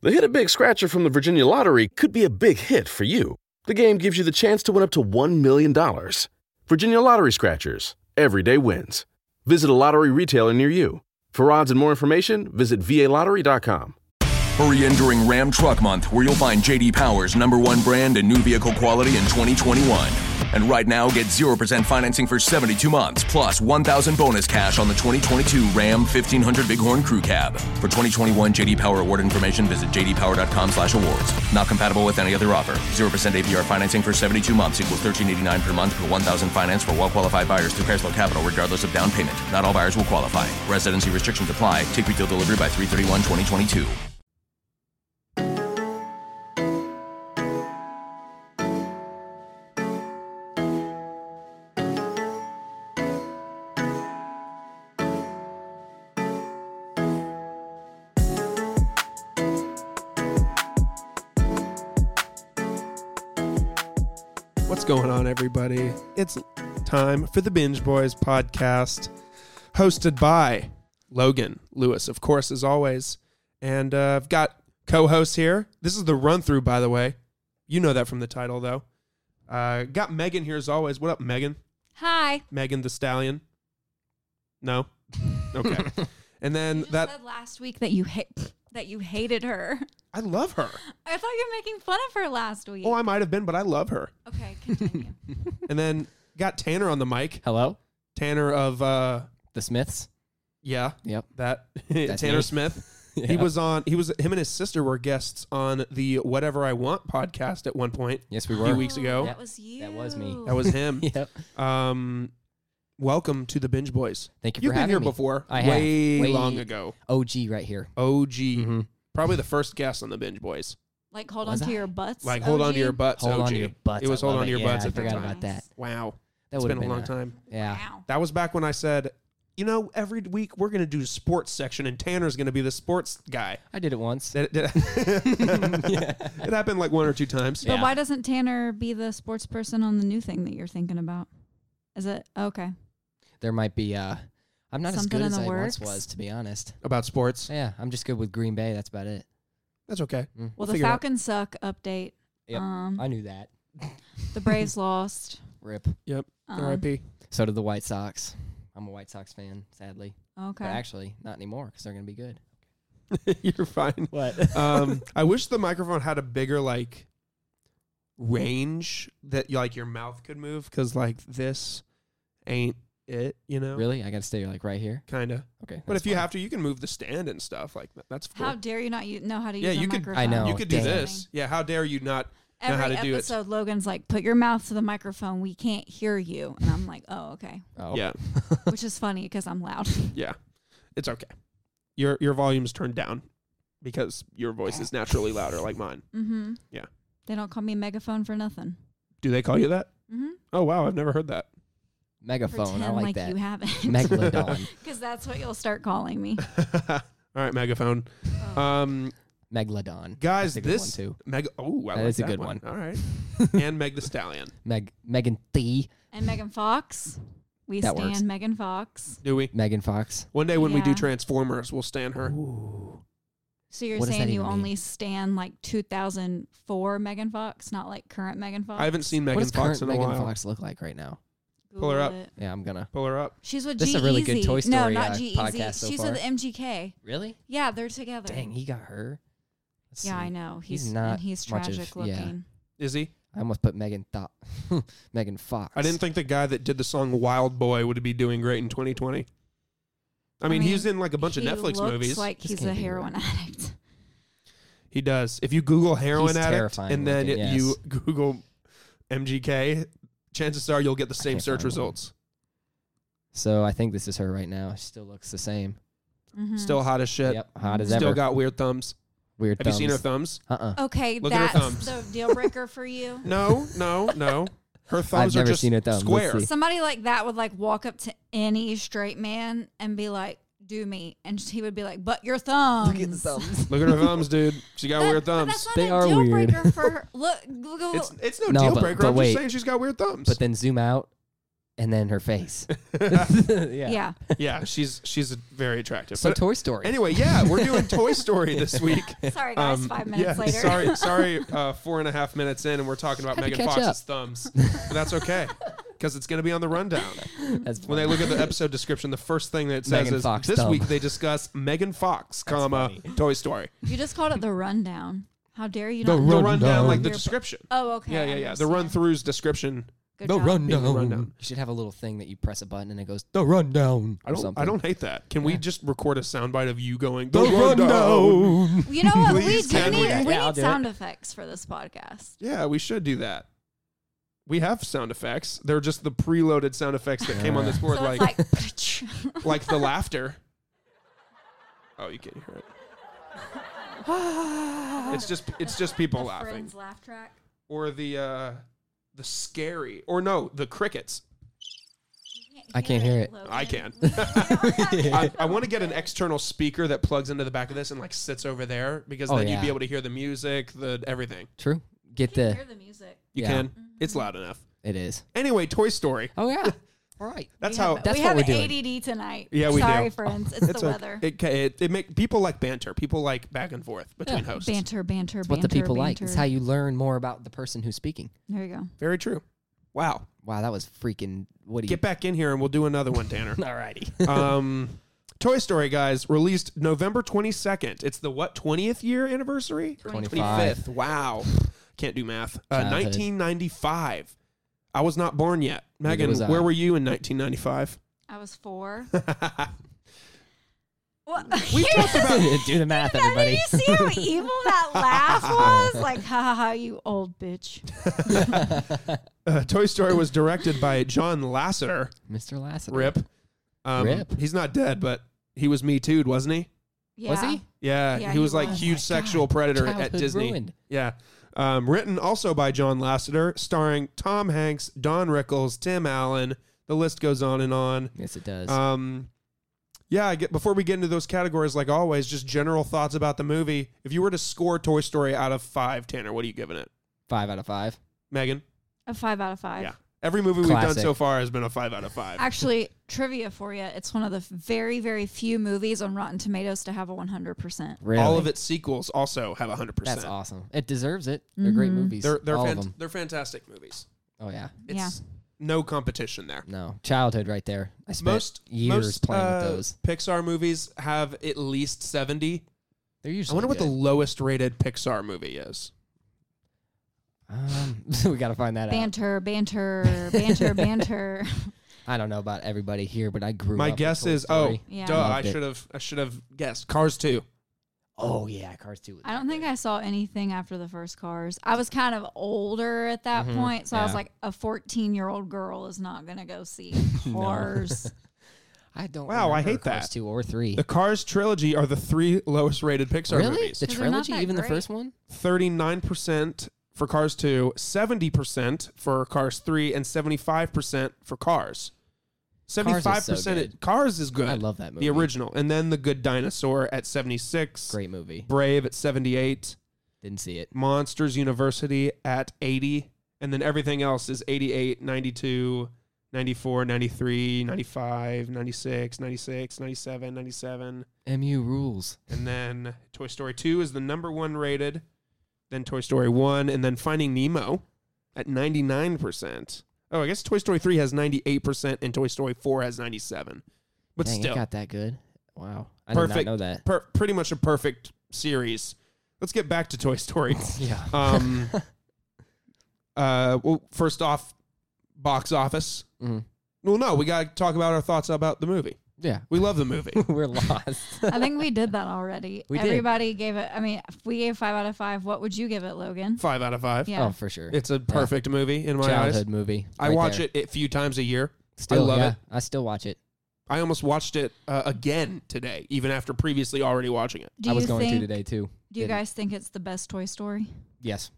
The Hit a Big Scratcher from the Virginia Lottery could be a big hit for you. The game gives you the chance to win up to $1 million. Virginia Lottery Scratchers. Everyday wins. Visit a lottery retailer near you. For odds and more information, visit VALottery.com. Hurry in during Ram Truck Month, where you'll find JD Power's number one brand and new vehicle quality in 2021. And right now, get 0% financing for 72 months, plus 1,000 bonus cash on the 2022 Ram 1500 Bighorn Crew Cab. For 2021 JD Power award information, visit jdpower.com slash awards. Not compatible with any other offer. 0% APR financing for 72 months equals 1389 per month per 1,000 finance for well-qualified buyers through Cashflow Capital, regardless of down payment. Not all buyers will qualify. Residency restrictions apply. Take retail delivery by 331 2022. What's going on, everybody? It's time for the Binge Boys podcast, hosted by Logan Lewis, of course, as always. And uh, I've got co hosts here. This is the run through, by the way. You know that from the title, though. Uh, got Megan here, as always. What up, Megan? Hi. Megan the Stallion? No? Okay. and then You that, said last week that you hate that you hated her. I love her. I thought you were making fun of her last week. Oh, I might have been, but I love her. okay, continue. And then got Tanner on the mic. Hello, Tanner of, uh, the Smiths. yeah, Yep. that That's Tanner me. Smith. He Yeah. was on. He was him and his sister were guests on the Whatever I Want podcast at one point. Yes, we A few were. weeks ago. That was you. That was me. That was him. Yep. Um, welcome to the Binge Boys. Thank you You've for been having here me. before. I have. way, Way- Mm-hmm. long ago. OG right here. OG, probably the first guest on the Binge Boys. Like hold Was on to I? your butts. Like hold on to OG. your butts. Hold OG. on to your butts. It was I hold love on to your Yeah, butts I at the forgot time. about that. Wow, That it's would been have a long time. Yeah. Wow. That was back when I said, you know, every week we're gonna do a sports section, and Tanner's gonna be the sports guy. I did it once. That- that- It happened like one or two times. But Yeah. why doesn't Tanner be the sports person on the new thing that you're thinking about? Is it okay? There might be. uh I'm not Something in as good as the I works? once was, to be honest. About sports. Yeah, I'm just good with Green Bay. That's about it. That's okay. Well, the figure it out. Falcons suck update. Yep. Um, I knew that. the Braves lost. Rip. Yep. Um, R.I.P. So did the White Sox. I'm a White Sox fan, sadly. But Okay. actually, not anymore because they're gonna be good. You're fine. What? Um, I wish the microphone had a bigger like range that like your mouth could move because like this ain't it. You know, really? I gotta stay like right here. kind of. Okay. But that's if you fine. have to, you can move the stand and stuff. Like that- that's cool. How dare you not u- know how to yeah, use a you could. microphone? I know. You could do dang. this. Yeah. How dare you not? Every know how to do it. episode, Logan's like, "Put your mouth to the microphone. We can't hear you." And I'm like, "Oh, okay," Oh. Yeah. which is funny because I'm loud. Yeah. It's okay. Your your volume's turned down because your voice is naturally louder, like mine. Mm-hmm. Yeah. They don't call me megaphone for nothing. Do they call you that? Mm-hmm. Oh wow, I've never heard that. Megaphone. Pretend I like, that. you haven't, Megalodon. because that's what you'll start calling me. All right, megaphone. Um, Megalodon. guys, That's a good one, this too. Meg. Oh, I That like is a good one. All right, and Meg the Stallion. Meg. Megan Thee. And Megan Fox, we That stand works. Megan Fox. Do we? Megan Fox. One day when we do Yeah. Transformers, we'll stand her. So you're What does that saying you even mean? only stand like 2004 Megan Fox, not like current Megan Fox? I haven't seen what Megan does Fox in current a Megan while. Fox look like right now? Pull her up. Google it. Yeah, I'm gonna. Pull her up. She's with This is G E a really good Toy No, Story, not uh, G-Eazy. podcast so She's far. with MGK. Really? Yeah, they're together. Dang, he got her. Let's yeah, I see. know. He's, He's not and he's much of- tragic yeah. looking. Is he? I almost put Megan Thought, Megan Fox. I didn't think the guy that did the song Wild Boy would be doing great in 2020. I I mean, mean, he's in like a bunch of He Netflix looks movies. Like This he's can't a be right. heroin addict. he does. If you Google heroin He's addict terrifying and then looking, it- you Google MGK, chances are you'll get the same can't search find one. results. So I think this is her right now. She still looks the same. Mhm. Still hot as shit. Yep, hot as Still ever. got weird thumbs. Weird. Have you seen her thumbs? uh uh Okay, Look at her that's the thumbs. deal breaker for you. No, no, no. Her thumbs are never just seen a thumb. Let's square. see. Somebody like that would like walk up to any straight man and be like, "Do me," and he would be like, "But your thumbs." thumbs. Look at her thumbs, dude. She got That- weird but thumbs. That's not They a are deal weird. breaker for her. Look, look, look, It's it's no, No, deal but- breaker. but I'm wait. just saying she's got weird thumbs. but then zoom out and then her face. yeah. Yeah. Yeah, she's she's a very attractive. So But Toy Story. anyway, yeah, we're doing Toy Story this week. Sorry, guys. Um, five minutes yeah, later. Sorry, sorry. Uh, four and a half minutes in, and we're talking about Had to Megan catch Fox's up. thumbs. But that's okay, because it's going to be on the rundown. That's When they look at the episode description, the first thing that it says Megan is Fox this thumb." week they discuss Megan Fox, comma Toy Story. You just called it the rundown. How dare you not? The rundown, like the Your- description. Oh, okay. yeah, I yeah, yeah. The understand. run throughs description. Good job. Being the rundown. You should have a little thing that you press a button and it goes the rundown. I don't. I don't hate that. Can we just record a soundbite of you going The rundown. You know what? we Please, do can we? need, Yeah, we I'll need do it. sound effects for this podcast. Yeah, we should do that. We have sound effects. They're just the preloaded sound effects that came on this board, So like like, it's like, the laughter. Oh, you can't hear it. it's just it's just people laughing, friends laugh track. or the uh, the scary, or no, the crickets. I can't hear it. I can. I, I want to get an external speaker that plugs into the back of this and like sits over there because Oh, then you'd yeah. be able to hear the music, the everything. True. Get can the. hear the music. You Yeah. can. Mm-hmm. It's loud enough. It is. Anyway, Toy Story. Oh yeah. All right. That's we how. Have, That's we what have we're doing. ADD tonight. Yeah, we Sorry, do. friends. It's, the a- weather. It, ca- it, it make people like banter. People like back and forth between hosts. banter, banter, It's banter. what the people like. banter. It's how you learn more about the person who's speaking. There you go. Very true. Wow. Wow, that was freaking. What do you? Get back in here and we'll do another one, Tanner. Alrighty. um, Toy Story, guys, released November 22nd. It's the what, 20th year anniversary? 25. 25th. Wow. Can't do math. Uh, Childhood. 1995. I was not born yet. Neither Megan, was I. where were you in 1995? I was four. We we talked about Do the math, everybody. Did you see how evil that laugh was? Like, ha ha ha, you old bitch. uh, Toy Story was directed by John Lasseter. Mr. Lassiter. Rip. Um, Rip. He's not dead, but he was Me Too'd, wasn't he? Yeah. Was he? Yeah, Yeah, he, he was like Oh was. huge sexual predator at Childhood Disney. ruined. Yeah. Um, written also by John Lasseter, starring Tom Hanks, Don Rickles, Tim Allen. The list goes on and on. Yes, it does. Um, yeah, I get, before we get into those categories, like always, just general thoughts about the movie. If you were to score Toy Story out of five, Tanner, what are you giving it? five out of five. Megan? A five out of five. Yeah. Every movie we've Classic. done so far has been a five out of five. Actually, trivia for you. It's one of the very, very few movies on Rotten Tomatoes to have a 100%. Really? All of its sequels also have 100%. That's awesome. It deserves it. They're great Mm-hmm. movies. They're, they're, all fan- of them. they're fantastic movies. Oh yeah. It's no competition there. No. Childhood right there. I spent most years most, playing uh, with those. Pixar movies have at least seventy. They're I usually. wonder what the good. lowest rated Pixar movie is. Um, we got to find that out. Banter, banter, banter, banter. I don't know about everybody here, but I grew My up. with guess Toy is oh, Story. Yeah. duh! I Loved it. should have I should have guessed Cars two. Oh yeah, Cars Two. was I don't think I saw anything after the first Cars. I was kind of older at that Mhm, point, so I was yeah. like, a 14 year old girl is not going to go see No. Cars. I don't. Wow, I remember hate Cars that. Two or three. The Cars trilogy are the three lowest rated Pixar really? movies. The 'Cause they're not trilogy, that even the great. first one. Thirty nine percent for Cars two, 70 percent for Cars three, and seventy five percent for Cars. Seventy Cars five is so percent. good. Cars is good. I love that movie. the original, and then the Good Dinosaur at seventy six. Great movie. Brave at seventy eight. Didn't see it. Monsters University at 80, and then everything else is 88, 92, 94, 93, 95, 96, 96, 97, 97. Mu rules. And then Toy Story 2 is the number one rated, then Toy Story 1, and then Finding Nemo at 99%. Oh, I guess Toy Story 3 has 98%, and Toy Story 4 has 97. But Dang, still, it got that good. Wow. I Perfect. did not know that. per- pretty much a perfect series. Let's get back to Toy Story. Yeah. Um, uh, well, first off, box office. Mhm. Well, no, we got to talk about our thoughts about the movie. Yeah. We love the movie. We're lost. I think we did that already. We did. Everybody gave it, I mean, if we gave five out of five. What would you give it, Logan? five out of five. Yeah. Oh, for sure. It's a perfect movie in my eyes. childhood movie. I watch it a few times a year. Still I love yeah, it. I still watch it. I almost watched it uh, again today, even after previously already watching it. Do I you was going think, to today too. Do you Didn't. guys think it's the best Toy Story? Yes.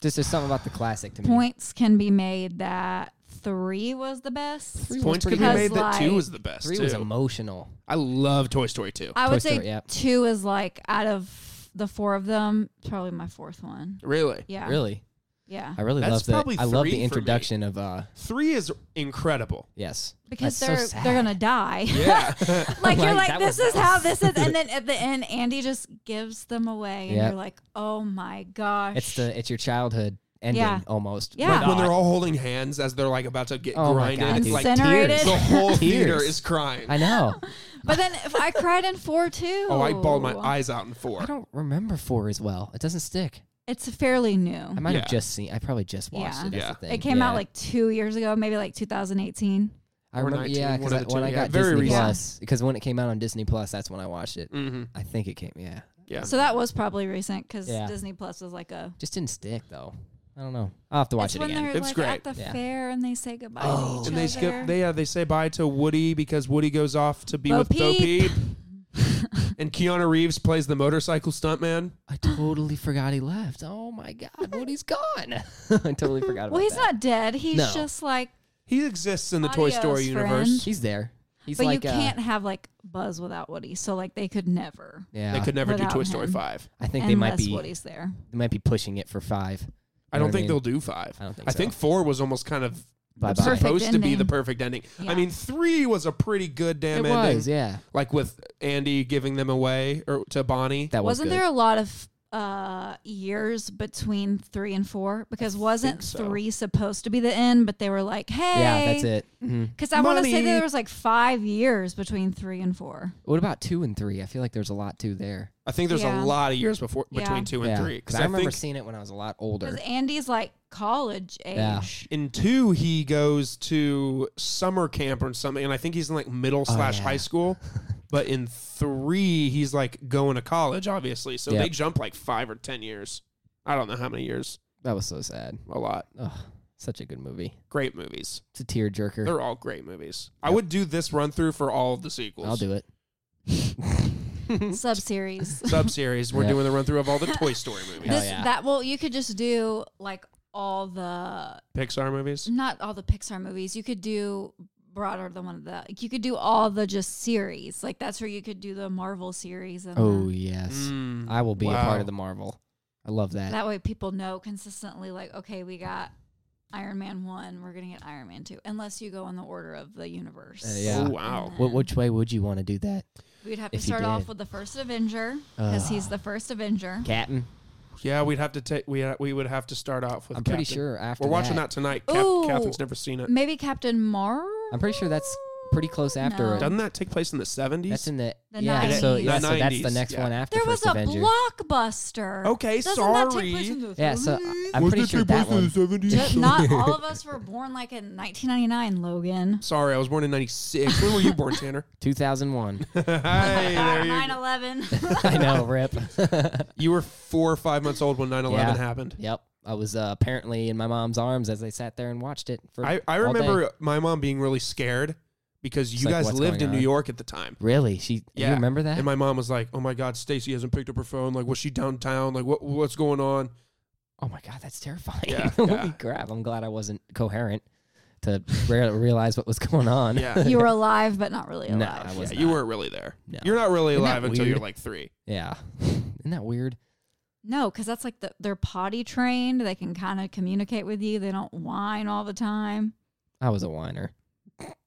Just there's something about the classic to me. Points can be made that three was the best. Three was Points pretty could be good. made that two like, is the best. Three was too. emotional. I love Toy Story two. I Toy would say Story, yeah. two is like out of the four of them, probably my fourth one. really? Yeah. Really? Yeah. I really That's love the probably I love three for me. the introduction of uh Three is incredible. yes. Because That's so they're they're sad. gonna die. Yeah. like you're like, Like, that this was- is that how was- this is and then at the end Andy just gives them away and Yep. you're like, Oh my gosh. It's the it's your childhood ending Yeah. almost. Yeah. Like, Like, when they're all holding hands as they're like about to get Oh my grinded. God, it's like dude. Incinerated. the whole Tears. theater is crying. I know. But then if I cried in four too. Oh, I bawled my eyes out in four. I don't remember four as well. It doesn't stick. It's fairly new. I might Yeah. have just seen. I probably just watched Yeah. it. That's Yeah. the thing. It came Yeah. out like two years ago, maybe like 2018. I Or remember. 19, Yeah, one because of the when two, I yeah. got Very Disney recent. Plus, because when it came out on Disney Plus, that's when I watched it. Mm-hmm. I think it came. Yeah, Yeah. So that was probably recent because Yeah. Disney Plus was like a. just didn't stick though. I don't know. I'll have to watch it's it when again. they're It's like at great. the Yeah. fair and they say goodbye to each and they other. skip. They uh, they say bye to Woody because Woody goes off to be Bo with Bo Peep, and Keanu Reeves plays the motorcycle stuntman. I totally forgot he left. Oh my god, Woody's gone. I totally forgot about well, he's that. not dead. He's No. just like, He exists in the Toy Adios, Story universe. friend. He's there. He's but like. you uh, can't have like Buzz without Woody. So like they could never. yeah, They could never do Without Toy Story him. five. I think unless they might be. Woody's there. They might be pushing it for five. I You know don't what think mean? they'll do five. I don't think I so. think four was almost kind of Bye-bye. Perfect supposed to be ending. the perfect ending. I Yeah. mean, three was a pretty good damn it ending. was. Yeah, Like with Andy giving them away or to Bonnie. that was Wasn't good. there a lot of uh years between three and four? Because wasn't so. three supposed to be the end? But they were like, hey, Yeah, that's it. Mhm. Because I want to say Money. that there was like five years between three and four. What about two and three? I feel like there's a lot too there. I think there's Yeah. a lot of years before between Yeah. two and yeah, three. I, remember think seeing it when I was a lot Because older. Andy's like college age. Yeah. in two he goes to summer camp or something, and I think he's in like middle slash Oh, yeah. high school. But in three, he's like going to college, obviously. So Yep. they jump like five or ten years. I don't know how many years. That was so sad. A lot. Oh, such a good movie. Great movies. It's a tearjerker. They're all great movies. I would do this run through for all of the sequels. I'll do it. Sub series. Sub series. We're Yeah. doing the run through of all the Toy Story movies, Hell this Oh, yeah. that well, you could just do like all the Pixar movies. not all the Pixar movies. You could do broader than one of the you could do all the just series. Like that's where you could do the Marvel series and Oh the- yes, Mm, I will be a part wow. of the Marvel. I love that. that way people know consistently like, okay, we got Iron Man one, we're gonna get Iron Man two. Unless you go in the order of the universe. Uh, yeah. Oh, wow. Wh- which way would you want to do that, We'd have to If you start off did. Uh. with the first Avenger because he's the first Avenger. Captain? Yeah, we'd have to take. We uh, we would have to start off with. I'm pretty Captain. sure after We're watching that, that, tonight. Cap- Ooh. Catherine's never seen it. Maybe Captain Marvel. I'm pretty sure that's pretty close after No. it. Doesn't that take place in the 70s? That's in the, The yeah. So 90s. yeah, The so that's 90s, the next yeah. one after There was First a Avenger. blockbuster. Okay, Doesn't That sorry. take place in the yeah, so uh, 70s? I- I'm pretty sure that one. Ju- Not all of us were born like in 1999, Logan. Sorry, I was born in 96. when were you born, Tanner? 2001. hey, there you, 9/11. I know, rip. you were four or five months old when 9 11 Yeah. happened. yep. I was uh, apparently in my mom's arms as I sat there and watched it. For I, I all day. remember uh, my mom being really scared because you like, guys what's lived going in New on? York at the time. Really? She? Yeah. You remember that? And my mom was like, oh my God, Stacy hasn't picked up her phone. Like, was she downtown? Like, what what's going on? oh my god, that's terrifying. Yeah, Holy yeah. crap! I'm glad I wasn't coherent to re- realize what was going on. Yeah. you were alive, but not really No, alive. I Yeah, was. you not. weren't really there. No. You're not really Isn't that alive until you're weird? like three. Yeah. Isn't that weird? No, because that's like the, they're potty trained. They can kind of communicate with you. They don't whine all the time. I was a whiner.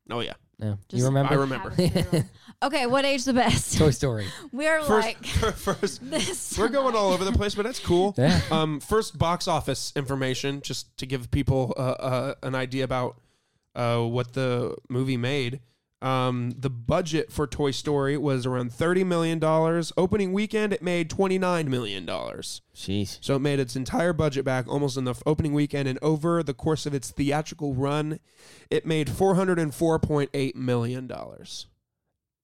Oh, yeah. No. Just- you remember? I remember. okay, what age the best? Toy Story. We're First, like first, this. we're going all over the place, but that's cool. Yeah. um, first box office information, just to give people uh, uh, an idea about uh, what the movie made. Um, the budget for Toy Story was around thirty million dollars. Opening weekend, it made twenty nine million dollars. Sheesh. So it made its entire budget back almost in the f- opening weekend, and over the course of its theatrical run, it made four hundred and four point eight million dollars.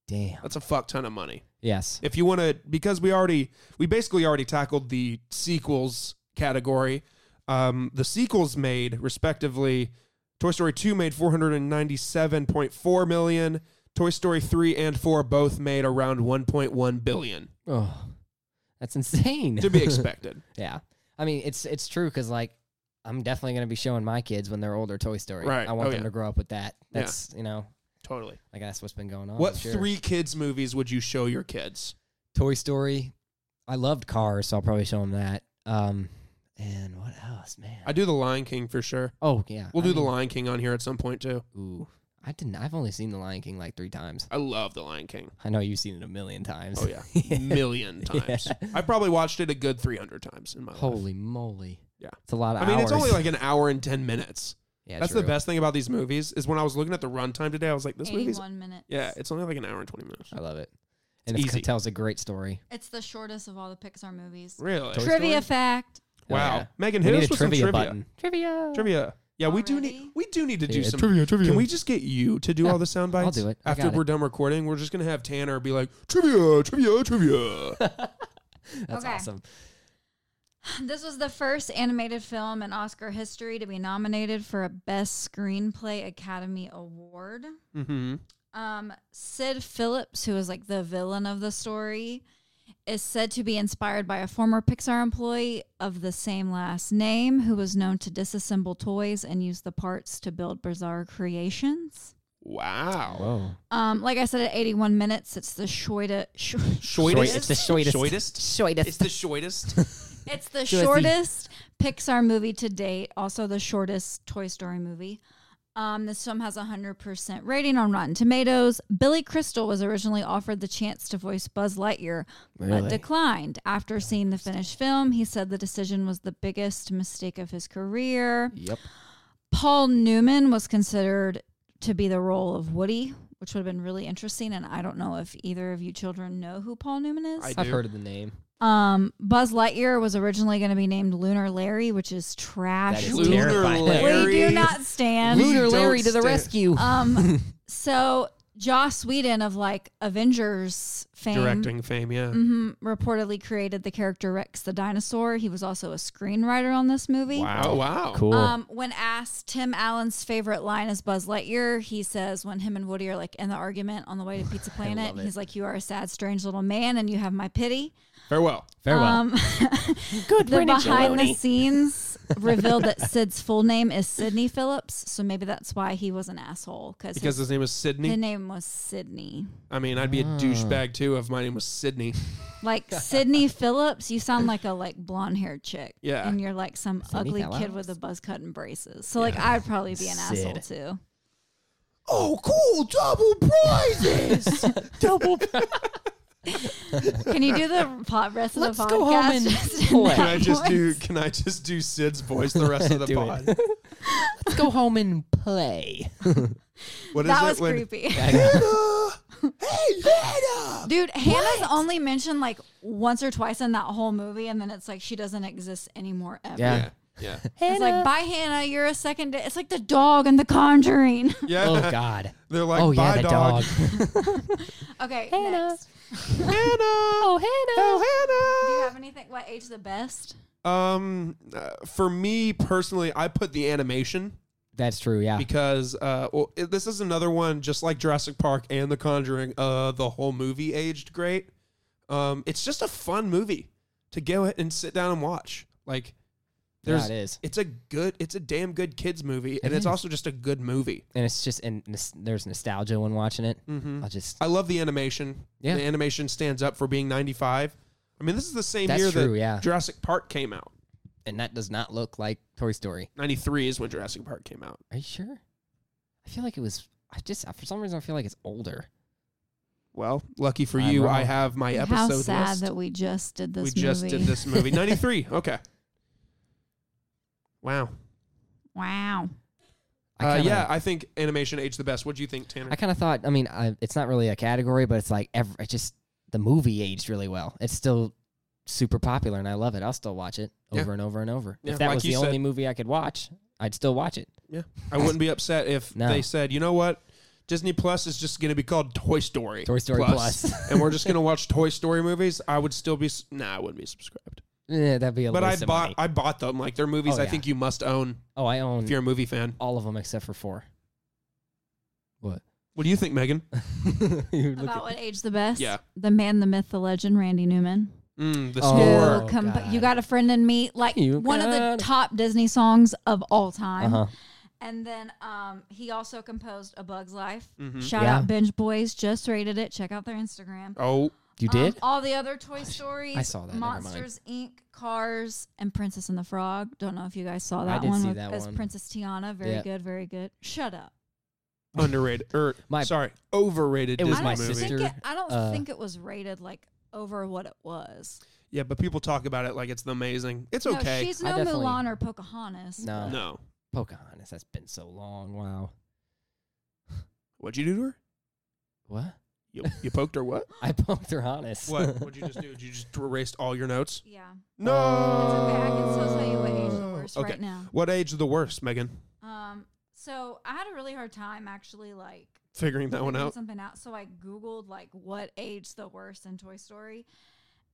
Damn. That's a fuck ton of money Yes. if you want to because we already we basically already tackled the sequels category um, the sequels made respectively toy story 2 made 497.4 million toy story 3 and 4 both made around 1.1 billion Oh, that's insane. to be expected yeah. I mean, it's it's true because like I'm definitely gonna be showing my kids when they're older Toy Story. Right. I want Oh, them yeah. to grow up with that. Yeah. That's you know totally like that's what's been going on. what I'm Oh, sure. three kids movies would you show your kids Toy Story. I loved Cars, so I'll probably show them that. Um, And what else, man? I do the Lion King for sure. oh yeah, We'll I do the mean, Lion King on here at some point too. Ooh, I didn't. I've only seen the Lion King like three times. I love the Lion King. I know you've seen it a million times. Oh yeah, million times. I probably watched it a good three hundred times in my life. Holy moly. Yeah. It's a lot of I mean, it's hours. only like an hour and ten minutes. yeah, That's the true. best thing about these movies is when I was looking at the runtime today, I was like, this movie's 81 minutes. yeah, it's only like an hour and twenty minutes. I love it. And it easy. tells a great story. It's the shortest of all the Pixar movies. Really? Trivia fact. Wow, Oh, yeah. Megan, We hit need us a with some trivia, trivia. button. Trivia. Trivia. Yeah, we do Already? need we do need to do Yeah, some trivia, trivia. Can we just get you to do Yeah, all the sound bites? I'll do it. I After got it. we're done recording, we're just gonna have Tanner be like trivia, trivia, trivia. That's Okay. awesome. This was the first animated film in Oscar history to be nominated for a Best Screenplay Academy Award. mm-hmm. Um, Sid Phillips, who is like the villain of the story, is said to be inspired by a former Pixar employee of the same last name who was known to disassemble toys and use the parts to build bizarre creations. Wow. Oh, Whoa. Um, like I said, at 81 minutes, it's the shortest. Short- It's the shortest. Shortest. Shortest. It's the shortest. It's the Dorothy. shortest Pixar movie to date, also the shortest Toy Story movie. Um, this film has a 100% rating on Rotten Tomatoes. Billy Crystal was originally offered the chance to voice Buzz Lightyear, Really? but declined. After seeing the finished film, he said the decision was the biggest mistake of his career. Yep. Paul Newman was considered to be the role of Woody, which would have been really interesting. And I don't know if either of you children know who Paul Newman is. I I've do. heard of the name. Um, Buzz Lightyear was originally going to be named Lunar Larry, which is trash. That is we, terrible. Lunar terrifying. we do Larry. not stand. We Lunar don't Larry to the stand- rescue. Um, so Joss Whedon of like Avengers fame directing fame. Yeah. mhm, reportedly created the character Rex the dinosaur. He was also a screenwriter on this movie. Wow. Wow. cool. Um, when asked Tim Allen's favorite line is Buzz Lightyear, he says when him and Woody are like in the argument on the way to Pizza Planet, love it. he's like, "You are a sad, strange little man, and you have my pity." Farewell. Farewell. Um, Good the behind the scenes revealed that Sid's full name is Sidney Phillips, so maybe that's why he was an asshole cause Because his his, name is the Sydney. name was Sidney. I mean, I'd be a douchebag too if my name was Sydney. Like Sidney Phillips, you sound like a like blonde haired chick, Yeah. and you're like some ugly kid Phillips. with a buzz cut and braces. So like I'd probably be an asshole Sid. too. Oh, cool! Double prizes. double. Can you do the pot rest of the Let's podcast? go home and just in that play. Can I just do? voice? Can I just do Sid's voice the rest of the Do it. pod? Let's go home and play. What is That it was when? creepy. Hannah! Hey, Hannah! Dude, Hannah's only mentioned like once or twice in that whole movie, and then it's like she doesn't exist anymore ever. Yeah. Yeah, yeah, It's like, bye, Hannah. You're a second. Di-. It's like the dog and the Conjuring. yeah. Oh God. They're like, oh bye, yeah, the dog. dog. Okay, Hannah. next. Hannah. Oh, Do you Hannah. have anything? What age the best? Um, uh, for me personally, I put the animation That's true. Yeah. because uh, well, it- this is another one just like Jurassic Park and The Conjuring. Uh, the whole movie aged great. Um, it's just a fun movie to go and sit down and watch. Like, Yeah, there's it is. It's a good. It's a damn good kids movie, and It it's is. also just a good movie. And it's just and nos- there's nostalgia when watching it. Mm-hmm. I'll just. I love the animation. Yeah. The animation stands up for being 95. I mean, this is the same That's year true, that yeah. Jurassic Park came out. And that does not look like Toy Story. 93 is when Jurassic Park came out. Are you sure? I feel like it was. I just for some reason I feel like it's older. Well, lucky for I'm you, wrong. I have my episode How sad list. that we just did this. we just movie. did this movie. 93. Okay. Wow. Wow. I uh, kinda- yeah, I think animation aged the best. What do you think, Tanner? I kind of thought. I mean, I, it's not really a category, but it's like every. It just the movie aged really well. It's still super popular, and I love it. I'll still watch it Yeah. over and over and over. Yeah, If that like was you the said. only movie I could watch, I'd still watch it. yeah. I wouldn't be upset if No. they said, you know what? Disney Plus is just going to be called Toy Story. Toy Story Plus. and we're just going to watch Toy Story movies. I would still be, s- nah, I wouldn't be subscribed. Yeah, that'd be a But I waste of bought money. I bought them. Like they're movies Oh, I yeah. think you must own oh, I own if you're a movie fan. all of them except for four. What? What do you think, Megan? You look About at- what age the best? Yeah. The man, the myth, the legend, Randy Newman. Mm, the Oh. score. Who Oh, comp- God. you got a friend in me. Like You one of the got- top Disney songs of all time. uh-huh. And then um, he also composed A Bug's Life. Mhm. Shout Yeah. out Binge Boys. Just rated it. Check out their Instagram. Oh, You Um, did? all the other Toy Stories. I saw that, never mind. Monsters Inc., Cars, and Princess and the Frog. Don't know if you guys saw I that did one see with- that as one. Princess Tiana. Very Yeah. good, very good. Shut up. Underrated. Or, My- sorry, overrated. It was Disney my I don't movie. sister. Think it, I don't uh, think it was rated like over what it was. Yeah, but people talk about it like it's amazing. It's okay. No, she's I no definitely- Mulan or Pocahontas. No. no. Pocahontas. That's been so long. Wow. What'd you do to her? What? You, you poked her what? I poked her honest. What? What'd you just do? Did you just erase all your notes? Yeah. No. It's okay. I can still tell you what age the worst Oh, Okay. right now. What age are the worst, Megan? Um, so I had a really hard time actually like Figuring that one figuring out. something out. So I googled like what age the worst in Toy Story,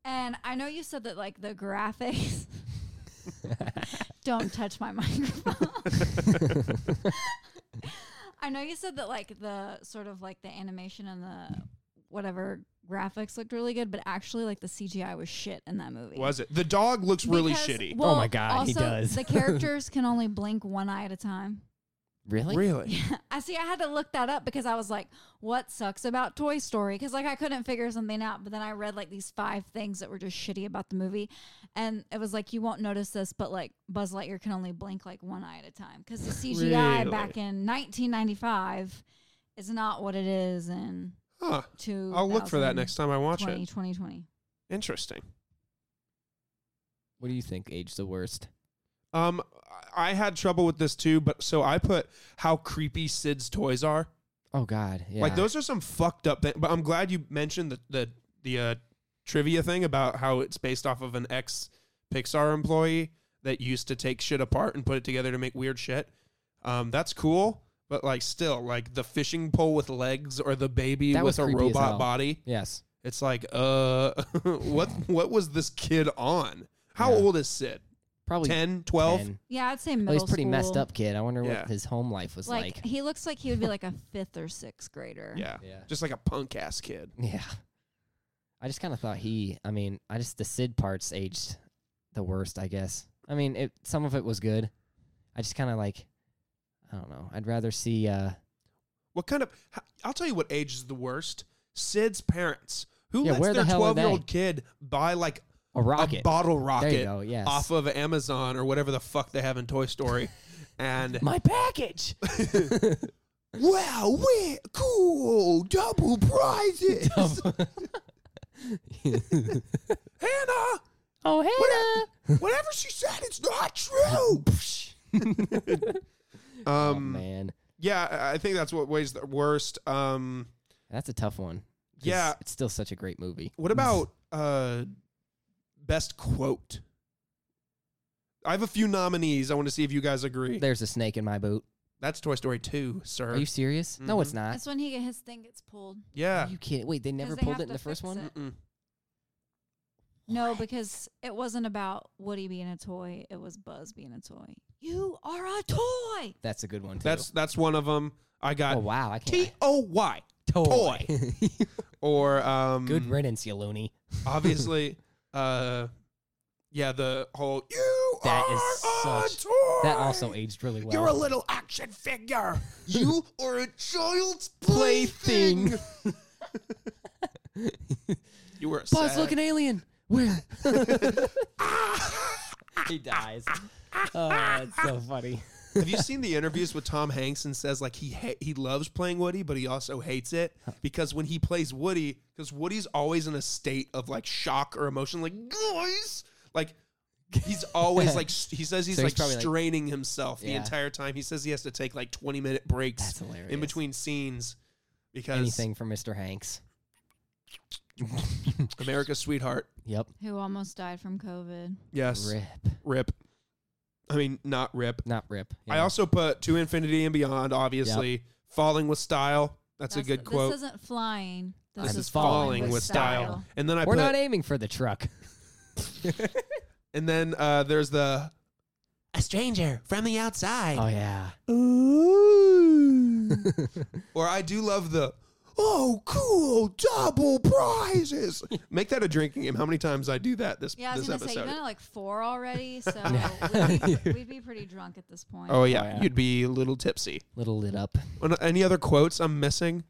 and I know you said that like the graphics. Don't touch my microphone. I know you said that like the sort of like the animation and the whatever graphics looked really good, but actually like the CGI was shit in that movie. Was it? The dog looks really Because- shitty. Oh my God, he also, does. The characters can only blink one eye at a time. Really? really? I see. I had to look that up because I was like, "What sucks about Toy Story?" Because like I couldn't figure something out. But then I read like these five things that were just shitty about the movie, and it was like you won't notice this, but like Buzz Lightyear can only blink like one eye at a time because the CGI Really? back in 1995 is not what it is in Huh. two. I'll look for that next time I watch 20, it. 2020. Interesting. What do you think age the worst? Um, I had trouble with this too, but so I put how creepy Sid's toys are. Oh God. Yeah. Like those are some fucked up things. But I'm glad you mentioned the the the uh, trivia thing about how it's based off of an ex Pixar employee that used to take shit apart and put it together to make weird shit. Um, that's cool, but like still, like the fishing pole with legs or the baby That with was a creepy as robot hell. body. Yes. It's like, uh, what what was this kid on? How Yeah. old is Sid? Probably 10, 12? 10. Yeah, I'd say Well, middle he's pretty messed school. up kid. I wonder Yeah. what his home life was like. Like, he looks like he would be like a fifth or sixth grader. Yeah. Yeah. Just like a punk ass kid. Yeah. I just kind of thought he, I mean, I just, the Sid parts aged the worst, I guess. I mean, it, some of it was good. I just kind of like, I don't know. I'd rather see, uh, What kind of? h- I'll tell you what age is the worst. Sid's parents, who Yeah, lets where the their hell are twelve year old they? kid buy like a rocket. a bottle There you rocket go. Yes. off of Amazon or whatever the fuck they have in Toy Story, and my package. wow, we cool double prizes. Um, Hannah, oh, Hannah. whatever she said, it's not true. oh, um, man. yeah, I- I think that's what weighs the worst. Um, That's a tough one. 'cause Yeah. It's still such a great movie. What about uh best quote? I have a few nominees. I want to see if you guys agree. There's a snake in my boot. That's Toy Story 2, sir. Are you serious? No, it's not. That's when he his thing gets pulled. Mm-hmm. yeah. Are you kidding? Wait, they never they pulled have it in to the first fix one? it. Mm-mm. No, because it wasn't about Woody being a toy. It was Buzz being a toy. You are a toy. That's a good one, too. That's that's one of them. I got oh, wow. I can't. T O Y Toy. or um Good riddance, you loony. obviously uh yeah, the whole you That are is a such- toy. That also aged really well. You're a little action figure. you are a child's plaything. you were a Buzz sad- looking alien. Where? he dies. Oh, it's so funny. Have you seen the interviews with Tom Hanks and says like he ha- he loves playing Woody, but he also hates it because when he plays Woody, because Woody's always in a state of like shock or emotion, like guys, like he's always like s- he says he's So he's like probably, like- straining himself the Yeah. entire time. He says he has to take like twenty minute breaks That's hilarious. in between scenes because Anything for Mr. Hanks. America's sweetheart. Yep. Who almost died from COVID. Yes, rip. Rip. I mean, not rip. Not rip. I Yeah. also put to infinity and beyond. Obviously, falling with style. That's, a good this quote. isn't flying. This, This is, is falling, with style. And then I We're put, not aiming for the truck. and then uh, there's the A stranger from the outside. Oh, yeah. or I do love the oh cool double prizes. Make that a drinking game. How many times I do that this Yeah, I was this gonna say episode? you've done it like four already, so we'd, be, we'd be pretty drunk at this point. oh, yeah, Oh, yeah. you'd be a little tipsy. Little lit up. An- Any other quotes I'm missing?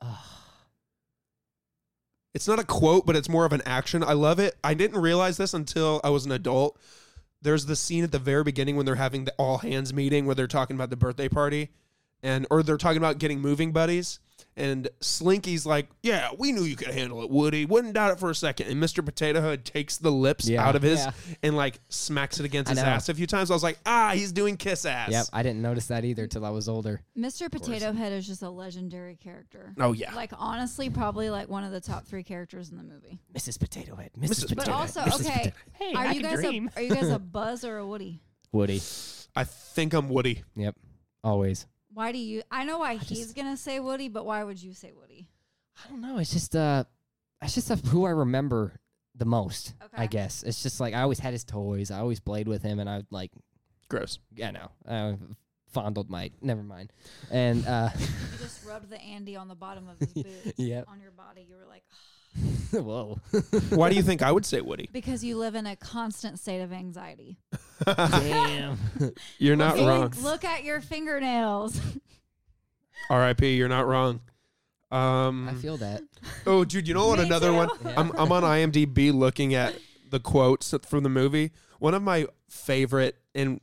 Ah. It's not a quote, but it's more of an action. I love it. I didn't realize this until I was an adult. There's the scene at the very beginning when they're having the all hands meeting where they're talking about the birthday party and or they're talking about getting moving buddies. And Slinky's like, Yeah, we knew you could handle it, Woody. Wouldn't doubt it for a second. And Mr. Potato Head takes the lips Yeah. out of his Yeah. and like smacks it against I his know. ass a few times. I was like, ah, he's doing kiss ass. Yep, I didn't notice that either till I was older. Mr. Potato Head is just a legendary character. Oh yeah. Like honestly, probably like one of the top three characters in the movie. Mrs. Potato Head, Mrs. But Potato also, okay, are you guys a are you guys a Buzz or a Woody? Woody? I think I'm Woody. Yep, always. Why do you? I know why he's gonna say Woody, but why would you say Woody? I don't know. It's just uh, it's just of who I remember the most. I Okay. guess it's just like I always had his toys. I always played with him, and I like Gross. I know I fondled my. Never mind. And uh, You just rubbed the Andy on the bottom of his boot Yep. on your body. You were like, whoa. Why do you think I would say Woody? because you live in a constant state of anxiety. Damn. You're not Look- wrong. Look at your fingernails. R.I.P. You're not wrong. Um, I feel that. oh, dude, you know what? Me Another too. one. I'm, I'm on IMDb looking at the quotes from the movie. One of my favorite, and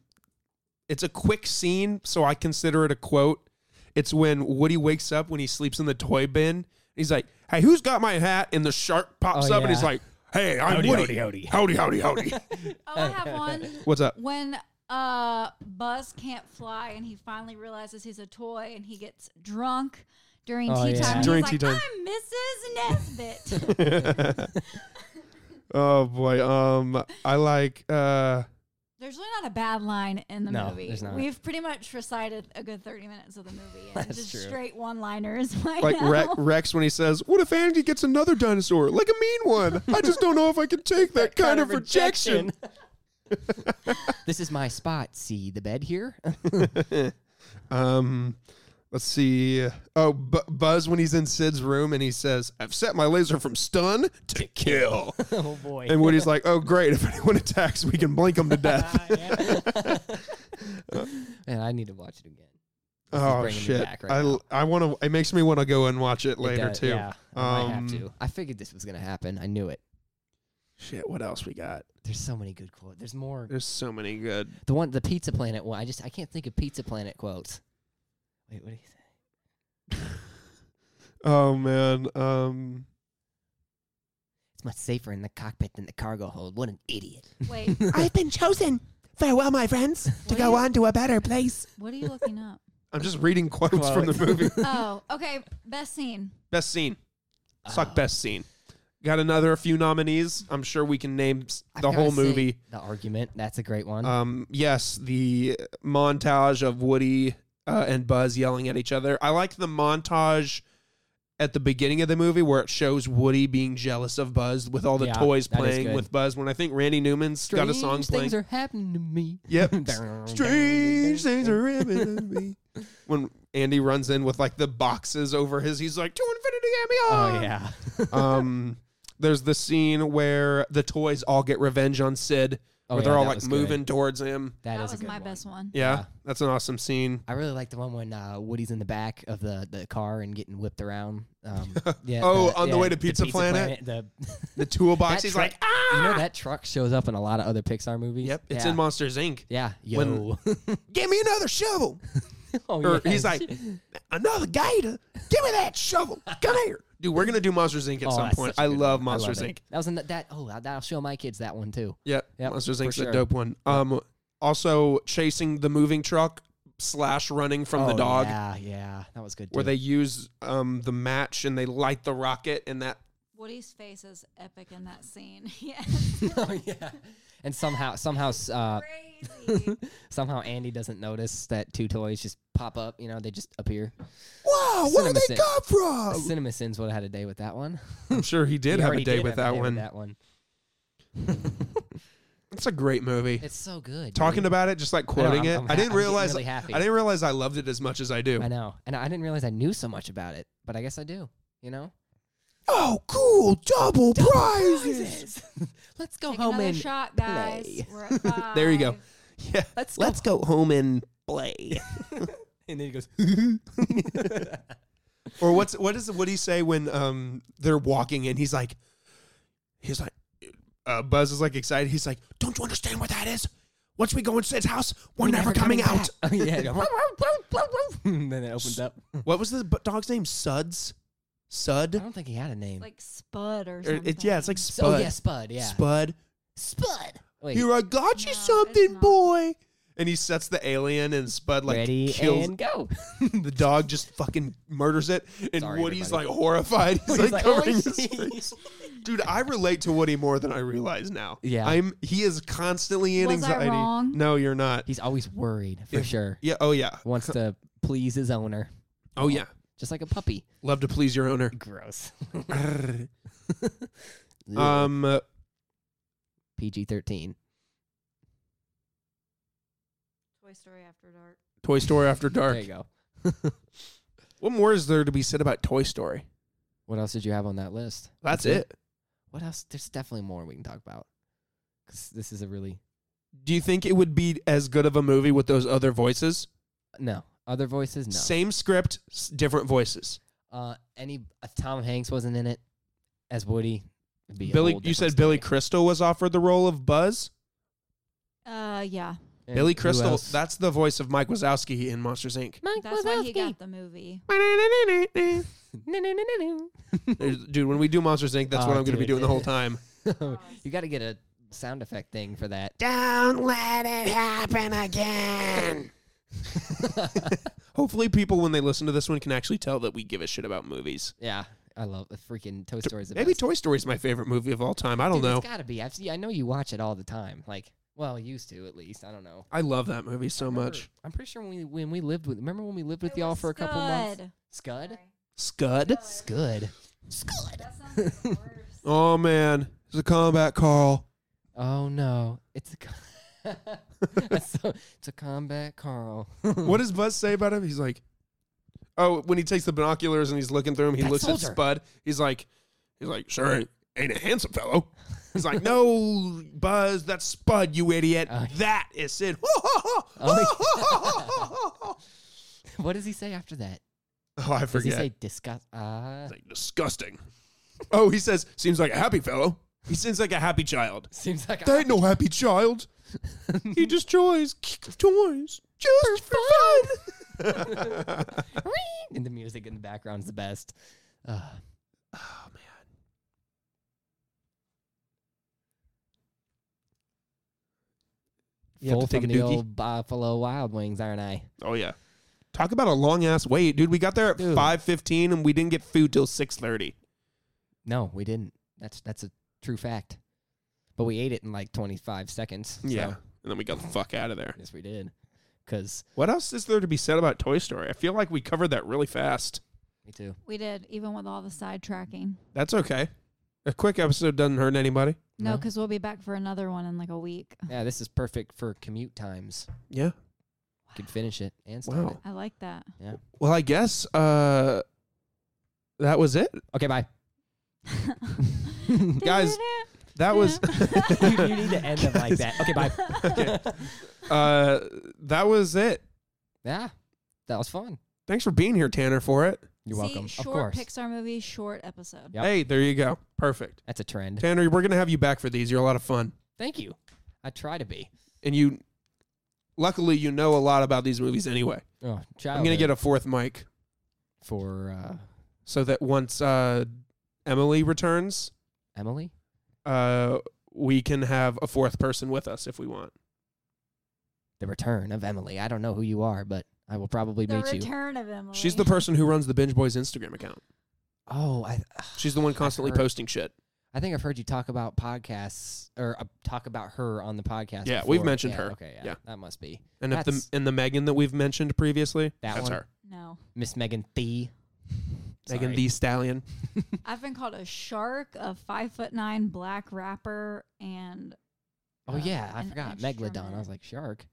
it's a quick scene, so I consider it a quote. It's when Woody wakes up when he sleeps in the toy bin. He's like, "Hey, who's got my hat?" And the shark pops Oh, up, and yeah. he's like, "Hey, I'm Woody. Howdy, howdy, howdy, howdy." oh, I have one. What's up? When uh, Buzz can't fly and he finally realizes he's a toy and he gets drunk during Oh, tea yeah. time, During he's tea like, time. I'm Mrs. Nesbit. Oh boy. Um, I like. uh There's really not a bad line in the No, movie. there's not. We've pretty much recited a good 30 minutes of the movie. And That's just true. straight one-liners. by like now. Rex, Rex when he says, "What if Andy gets another dinosaur? Like a mean one. I just don't know if I can take that, kind, of rejection." this is my spot. See the bed here? Um, let's see. Oh, Bu Buzz when he's in Sid's room and he says, "I've set my laser from stun to kill," oh boy. and Woody's like, "Oh, great! If anyone attacks, we can blink them to death." Man, I need to watch it again. This is oh bringing me shit! back right I now. I want to. It makes me want to go and watch it It later does- too. Yeah, I might have Um, to. I figured this was gonna happen. I knew it. Shit! What else we got? There's so many good quotes. There's more. There's so many good. The one, the Pizza Planet one. I just, I can't think of Pizza Planet quotes. Wait, what do you say? Oh man. Um. It's much safer in the cockpit than the cargo hold. What an idiot! Wait, I've been chosen. Farewell, my friends, to What do you- go on to a better place. what are you looking up? I'm just reading quotes, from the movie. oh, okay. Best scene. best scene. Ah. Suck best scene. Got another few nominees. I'm sure we can name s- I've the gotta whole say, movie. The argument. That's a great one. Um, yes, the montage of Woody uh, and Buzz yelling at each other. I like the montage at the beginning of the movie where it shows Woody being jealous of Buzz with all the Yeah, toys that is playing good. with Buzz. When I think Randy Newman's got a song Strange things playing. are happening to me. Yep. Dun, Strange dun, things dun, are happening to me. When Andy runs in with like the boxes over his, he's like to infinity and beyond. Oh yeah. um there's the scene where the toys all get revenge on Sid, Oh, where yeah, they're all that like was moving towards him. that That is a was good my one. best one. Yeah, Yeah. that's an awesome scene. I really like the one when uh, Woody's in the back of the, the car and getting whipped around. Um, yeah, Oh, on the way to Pizza Pizza Planet? the The toolbox, That he's truck- like, ah! You know that truck shows up in a lot of other Pixar movies. Yep, it's yeah. in Monsters Inc. Yeah, yo. When- Give me another shovel. oh, Or yeah. he's like, another gator. Give me that shovel. Come here, dude. We're gonna do Monsters Inc. at Oh, some that's point. such I a good love one. I Monsters love Inc. it. That was in the, that. Oh, that- that'll show my kids that one too. Yep, Yep, Monsters for Inc.'s a sure. dope one. Um, also chasing the moving truck slash running from the Oh, dog. Yeah, yeah, that was good. Where too. they use um, the match and they light the rocket, and that Woody's face is epic in that scene. Yeah. oh yeah. And somehow, somehow, uh, Crazy. somehow Andy doesn't notice that two toys just pop up. You know, they just appear. Wow, where did they Cinema come from? Cinema Sins would have had a day with that one. I'm sure he did He have a already day did with that have a day one. that one. It's a great movie. It's so good. Talking dude. about it, just like quoting I'm- it, I I'm ha- didn't I'm getting realize really happy. I didn't realize I loved it as much as I do. I know, and I didn't realize I knew so much about it, but I guess I do. You know, Oh, cool. Double, prizes. Let's go Take home another and shot, guys. play. We're at five. There you go. Yeah, Let's Let's go home and play. And then he goes, Or what's what is what do you say when um they're walking and he's like, he's like, uh, Buzz is like excited. He's like, "Don't you understand what that is? Once we go into his house, we're, never, coming, out." oh, yeah. and then it opens up. What was the bu- dog's name? Suds, I Sud. don't think he had a name. like Spud or Or something. it- yeah, it's like Spud. So- oh Er, yeah, Spud. Yeah. Spud. Spud. Wait. Here I got No, you it's something, not. boy. And he sets the alien, and Spud like ready kills and go. the dog. Just fucking murders it, and Sorry, Woody's everybody. like horrified. He's, He's like, like, covering "Oh, his jeez." face. Dude, I relate to Woody more than I realize now. Yeah. I'm. He is constantly in Was I anxiety. wrong? No, you're not. He's always worried for If- sure. yeah. Oh yeah. Wants to please his owner, Oh yeah. just like a puppy. Love to please your owner. Gross. Uh, um. uh, PG thirteen. Toy Story After Dark. Toy Story After Dark. There you go. What more is there to be said about Toy Story? What else did you have on that list? That's Okay. it. What else? There's definitely more we can talk about. Cause this is a really Do you think it would be as good of a movie with those other voices? no other voices. No. Same script, s- different voices. Uh, any if Tom Hanks wasn't in it as Woody. It'd be a Billy, whole you different said Billy story. Crystal was offered the role of Buzz. Uh, yeah. And Billy who Crystal, else? that's the voice of Mike Wazowski in Monsters Inc. That's why he got the movie. There's- Dude, when we do Monsters Inc., that's Oh, what I'm going to be dude. doing the whole time. you got to get a sound effect thing for that. Don't let it happen again. Hopefully, people when they listen to this one can actually tell that we give a shit about movies. Yeah, I love the freaking Toy Story. Is the Maybe best. Toy Story is my favorite movie of all time. I don't Dude, know. It's gotta be. I've seen, I know you watch it all the time. Like, well, used to at least. I don't know. I love that movie so Remember- much. I'm pretty sure when we when we lived with remember when we lived with It y'all was for a couple months. Scud. Scud. Scud. Scud. That sounds like the worst. Oh man, it's a combat Carl. Oh no, it's a. co- That's so, it's a combat Carl. What does Buzz say about him? He's like, oh, when he takes the binoculars and he's looking through him, he That looks soldier. at Spud. He's like, he's like, sure, ain't- ain't a handsome fellow. He's like, no, Buzz, that's Spud, you idiot. Oh, yeah. that is Sid. Oh, oh, what does he say after that? I Does he forget. say disgust? Uh, It's like, disgusting. Oh, he says, seems like a happy fellow. He seems like a happy child. seems like They ain't no happy child. He just tries toys just for fun. and the music in the background's the best. Uh, Oh man. You have full to take from a the dookie. old Buffalo Wild Wings, aren't I? Oh yeah. Talk about a long ass wait, dude. We got there at Dude. five fifteen and we didn't get food till six thirty. No, we didn't. That's that's a true fact. But we ate it in like 25 seconds. so- Yeah. And then we got the fuck out of there. yes, we did. Cause What else is there to be said about Toy Story? I feel like we covered that really fast. me too. We did, even with all the sidetracking. That's okay. A quick episode doesn't hurt anybody. No, No? because we'll be back for another one in like a week. Yeah, this is perfect for commute times. Yeah. Could finish it and start Wow. it. I like that. Well, I guess uh that was it. Okay, bye. Guys, That was you, you need to end them like that. Okay, bye. uh that was it. Yeah, that was fun. Thanks for being here, Tanner, for it. You're See, welcome. Short of course, Pixar movie, short episode. Yep. Hey, there you go. Perfect. that's a trend. Tanner, we're gonna have you back for these. You're a lot of fun. Thank you. I try to be. And you luckily you know a lot about these movies anyway. Oh, I'm gonna get a fourth mic for uh, so that once uh, Emily returns, Emily. uh, we can have a fourth person with us if we want. The return of Emily. I don't know who you are, but I will probably The meet you. return of Emily. She's the person who runs the Binge Boys Instagram account. Oh, I. She's the one I've constantly heard- posting shit. I think I've heard you talk about podcasts or uh, talk about her on the podcast. Yeah, we've before. mentioned Yeah, her. Okay, yeah, Yeah. that must be And if the That's- and the Megan that we've mentioned previously, That that's one? her. No, Miss Megan Thee. Megan the Stallion. I've been called a shark, a five foot nine black rapper, and Oh yeah, I an forgot Megalodon. I instrument. was like shark.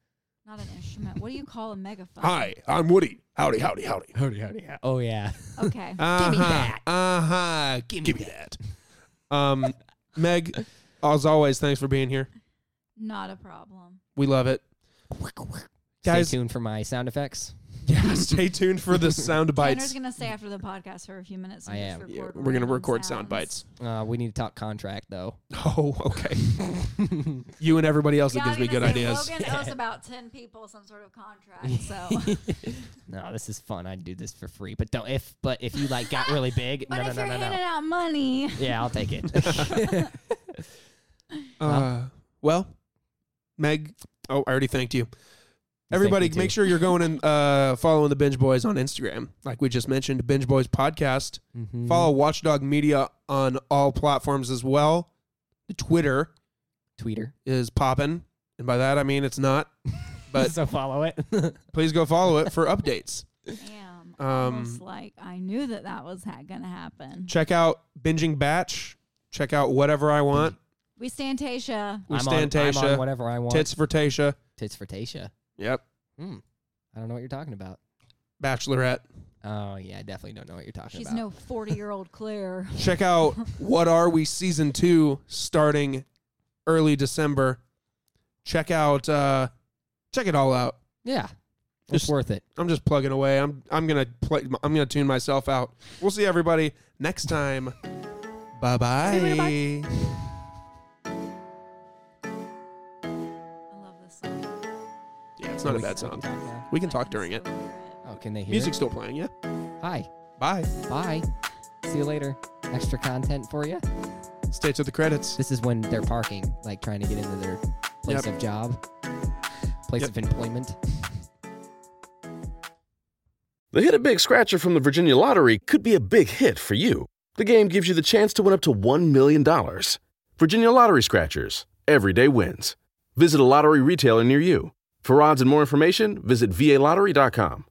not an instrument. What do you call a megaphone? I'm Woody. Howdy, howdy, howdy. Howdy, howdy, howdy. Oh yeah. Okay. Uh-huh, that. Uh huh. Give, me that. um, Meg, as always, thanks for being here. Not a problem. We love it, Stay guys. tuned for my sound effects. Yeah, stay tuned for the sound Tanner's bites. gonna stay after the podcast for a few minutes. And I just am. Yeah, Record we're going to random record sounds. sound bites. Uh, we need to talk contract though. Oh, okay. you and everybody else that Yeah, I was gives me gonna good say, ideas. Logan owes about ten people some sort of contract, so. no, this is fun. I'd do this for free, but don't if but if you like got really big, But no, no, if no, you're no, handing no. out money, Yeah, I'll take it. Uh, well, Meg, oh, I already thanked you. You Everybody, thanked me make too. sure you're going and uh, following the Binge Boys on Instagram. Like we just mentioned, Binge Boys Podcast. Mhm. Follow Watchdog Media on all platforms as well. The Twitter Tweeter, is poppin', and by that I mean it's not. But so follow it. please go follow it for updates. damn, Um, almost like I knew that that was ha- gonna happen. Check out Binging Batch. Check out Whatever I Want. We stand Tasha. We I'm, stand on, I'm Tasha. on whatever I want. Tits for Tasha. Tits for Tasha. Yep. Hmm. I don't know what you're talking about. Bachelorette. Oh yeah, I definitely don't know what you're talking She's about. no forty-year-old Claire. Check out What Are We Season 2 starting early December. Check out uh check it all out. yeah, Just- it's worth it. I'm just plugging away. I'm I'm going to play I'm going to tune myself out. We'll see everybody next time. Bye-bye. I love this song. Yeah, it's not a bad We- we can song. talk now. We can talk can during it. still hear it. Oh, can they hear Music's It? still playing, yeah. Hi. Bye. Bye. See you later. Extra content for you. Stay to the credits. This is when they're parking, like trying to get into their place Yep. of job, place Yep. of employment. The hit a big scratcher from the Virginia Lottery could be a big hit for you. The game gives you the chance to win up to $1 million. Virginia Lottery Scratchers. Everyday wins. Visit a lottery retailer near you. For odds and more information, visit VALottery.com.